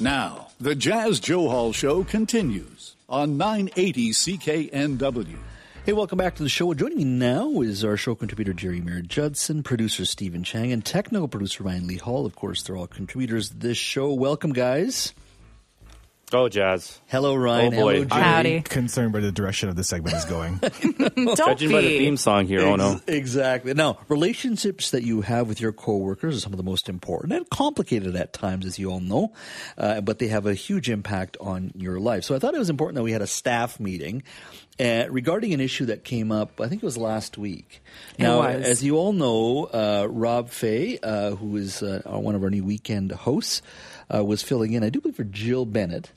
Now, the Jazz Joe Hall Show continues on 980 CKNW. Hey, welcome back to the show. Joining me now is our show contributor Jerry Mayer Judson, producer Stephen Chang, and technical producer Ryan Lee Hall. Of course, they're all contributors to this show. Welcome, guys. Oh, Jazz. Hello, Ryan. Oh, boy. Hello, Jerry. Howdy. I'm concerned by the direction of this segment is going. Don't Judging by the be. theme song here, oh no. Ex- Exactly. Now, relationships that you have with your coworkers are some of the most important and complicated at times, as you all know, uh, but they have a huge impact on your life. So I thought it was important that we had a staff meeting uh, regarding an issue that came up, I think it was last week. Now, was. as you all know, uh, Rob Fay, uh, who is uh, one of our new weekend hosts, uh, was filling in, I do believe, for Jill Bennett.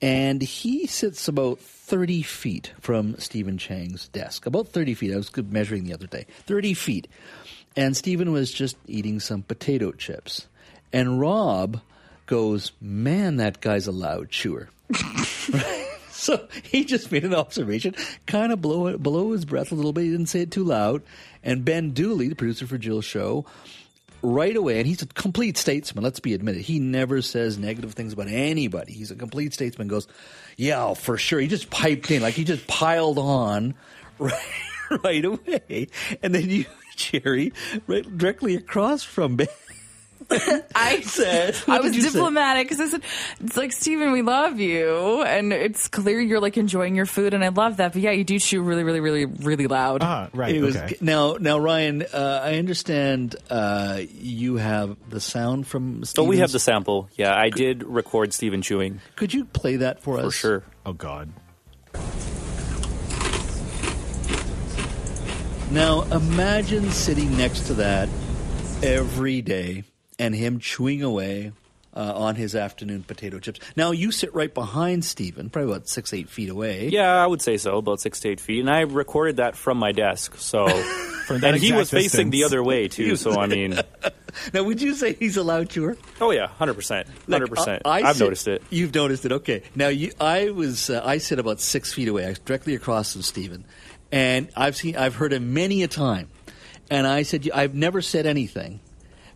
And he sits about 30 feet from Stephen Chang's desk. About 30 feet. I was good measuring the other day. 30 feet. And Stephen was just eating some potato chips. And Rob goes, Man, that guy's a loud chewer. So he just made an observation, kind of blow it, below his breath a little bit. He didn't say it too loud. And Ben Dooley, the producer for Jill's show, right away, and he's a complete statesman, let's be admitted. He never says negative things about anybody. He's a complete statesman, goes, Yeah, oh, for sure. He just piped in, like he just piled on right, right away. And then you, Jerry, right directly across from Ben, I said, I what was did you say? diplomatic because I said, it's like, Steven, we love you. And it's clear you're like enjoying your food. And I love that. But yeah, you do chew really, really, really, really loud. ah, right. It was, okay. Now, now, Ryan, uh, I understand uh, you have the sound from. So Oh, we have the Stevens. sample. Yeah, I did record Stephen chewing Could you play that for us? for sure. oh God. Now, imagine sitting next to that every day and him chewing away uh, on his afternoon potato chips. Now, you sit right behind Stephen, probably about six, eight feet away. Yeah, I would say so, about six to eight feet. And I recorded that from my desk, so. From that and he exact was facing distance. the other way, too, so I mean. Now, would you say he's a loud chewer? Oh, yeah, 100%. 100%. uh, I- I I've sit- noticed it. You've noticed it. Okay. Now you, I was uh, I sit about six feet away, I was directly across from Stephen, and I've seen I've heard him many a time, and I said I've never said anything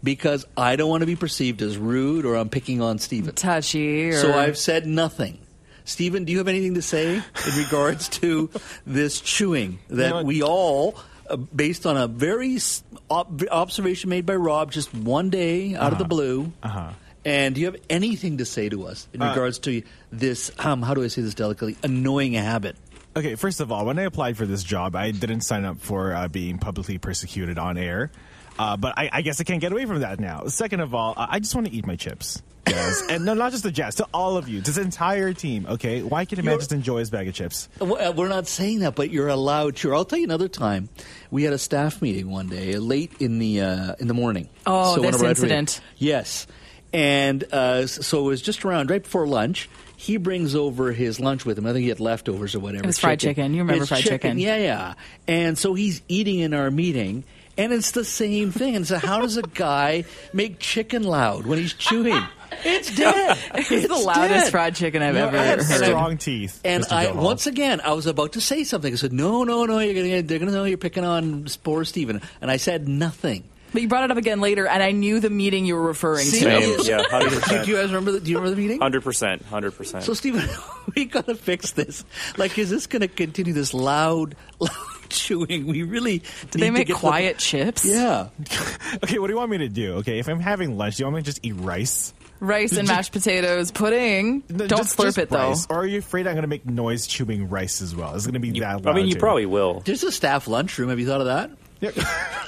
because I don't want to be perceived as rude or I'm picking on Stephen. Touchy. Or, So I've said nothing. Stephen, do you have anything to say in regards to this chewing that No. we all, uh, based on a very s- ob- observation made by Rob just one day out of the blue? Uh-huh. And do you have anything to say to us in Uh, regards to this? Um, how do I say this delicately? Annoying habit. Okay, first of all, when I applied for this job, I didn't sign up for uh, being publicly persecuted on air. Uh, but I, I guess I can't get away from that now. Second of all, uh, I just want to eat my chips. Yes. and no, not just the Jazz, to all of you, to this entire team, okay? Why can't a man You're- just enjoy his bag of chips? Well, uh, We're not saying that, but you're allowed to. I'll tell you another time. We had a staff meeting one day, uh, late in the uh, in the morning. Oh, one this of our- incident. Yes, and uh, s- so it was just around right before lunch. He brings over his lunch with him. I think he had leftovers or whatever. It was fried chicken. You remember It's fried chicken. Yeah, yeah. And so he's eating in our meeting. And it's the same thing. And so, how does a guy make chicken loud when he's chewing? It's dead. it's, It's the loudest dead. fried chicken I've No, ever I I had heard. have strong teeth. And Mr. I Joe Hall. once again, I was about to say something. I said, "No, no, no! You're gonna, they're gonna know you're picking on poor Steven. And I said nothing. But you brought it up again later, and I knew the meeting you were referring See? to. Same, yeah, Do 100%. you guys remember? The, do you remember the meeting? 100%. 100%. So, Stephen, we gotta fix this. Like, is this gonna continue this loud, loud chewing? We really did They make quiet chips, yeah, Okay, what do you want me to do? Okay, if I'm having lunch, do you want me to just eat rice? rice and mashed potatoes, pudding. No, Don't just- slurp just it though. rice. Or are you afraid I'm going to make noise chewing rice as well? It's going to be that I loud, mean, you too. probably will. there's a staff lunchroom. Have you thought of that?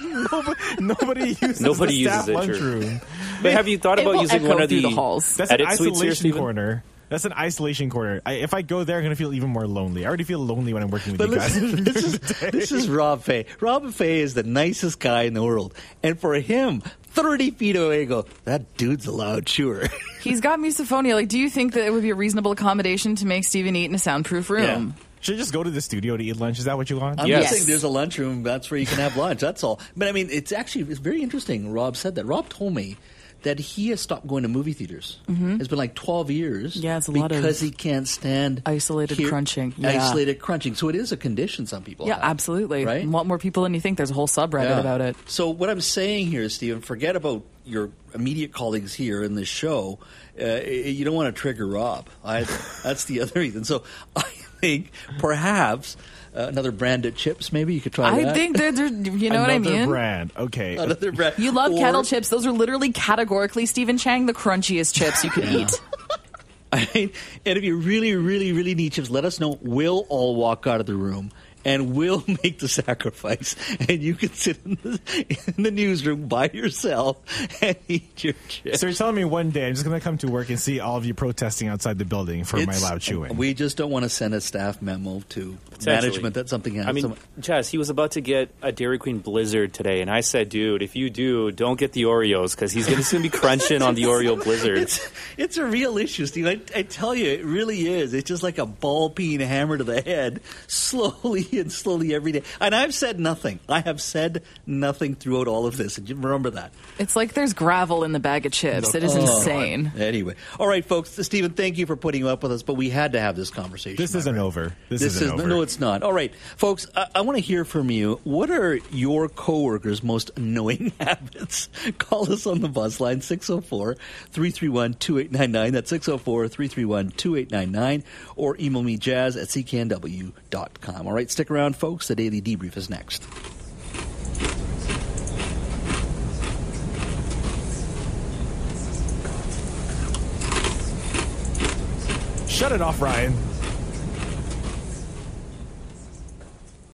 nobody, nobody uses Nobody the staff uses it, sure. lunchroom. But have you thought It about will using echo one of through the, the halls. That's edit an suites here, isolation Stephen? corner. That's an isolation corner. I, if I go there, I'm going to feel even more lonely. I already feel lonely when I'm working with But you listen, guys. this is, this is Rob Fay. Rob Fay is the nicest guy in the world, and for him, thirty feet away, I go that dude's a loud chewer. He's got misophonia. Like, do you think that it would be a reasonable accommodation to make Steven eat in a soundproof room? Should I just go to the studio to eat lunch? Is that what you want? I'm Yes. just saying there's a lunchroom. That's where you can have lunch. That's all. But I mean, it's actually it's very interesting. Rob said that. Rob told me that he has stopped going to movie theaters. It's been like 12 years. Mm-hmm. Yeah, it's a lot of Because he can't stand isolated crunching. Yeah. Isolated crunching. So it is a condition some people Yeah, have. absolutely. Right? A lot more people than you think. There's a whole subreddit Yeah. about it. So what I'm saying here, Stephen, forget about your immediate colleagues here in this show. Uh, i- you don't want to trigger Rob. Either. That's the other reason. So I think perhaps uh, another brand at chips. Maybe you could try. I that. think they're, they're you know what Another I mean? brand. Okay. another brand. You love Or- kettle chips. Those are literally categorically Stephen Chang the crunchiest chips you could eat. I mean, and if you really, really, really need chips, let us know. We'll all walk out of the room and we'll make the sacrifice. And you can sit in the, in the newsroom by yourself and eat your chips. So you're telling me one day I'm just going to come to work and see all of you protesting outside the building for my It's- loud chewing. We just don't want to send a staff memo to Potentially. management that something I happened. mean, Chaz, he was about to get a Dairy Queen Blizzard today, and I said, "Dude, if you do, don't get the Oreos because he's going to soon be crunching on the Oreo Blizzard." It's, it's a real issue, Steve. I, I tell you, it really is. It's just like a ball peen hammer to the head, slowly and slowly every day. And I've said nothing. I have said nothing throughout all of this. And you remember that. It's like there's gravel in the bag of chips. It is insane. Anyway. All right, folks. Stephen, thank you for putting up with us, but we had to have this conversation. This my isn't friend. over. This is isn't over. no, it's not. All right, folks. I, I want to hear from you. What are your coworkers' most annoying habits? Call us on the buzz line 604-331-2899. That's 604-331-2899. Or email me jazz at cknw.com. All right, stick around, folks. The daily debrief is next. Shut it off, Ryan.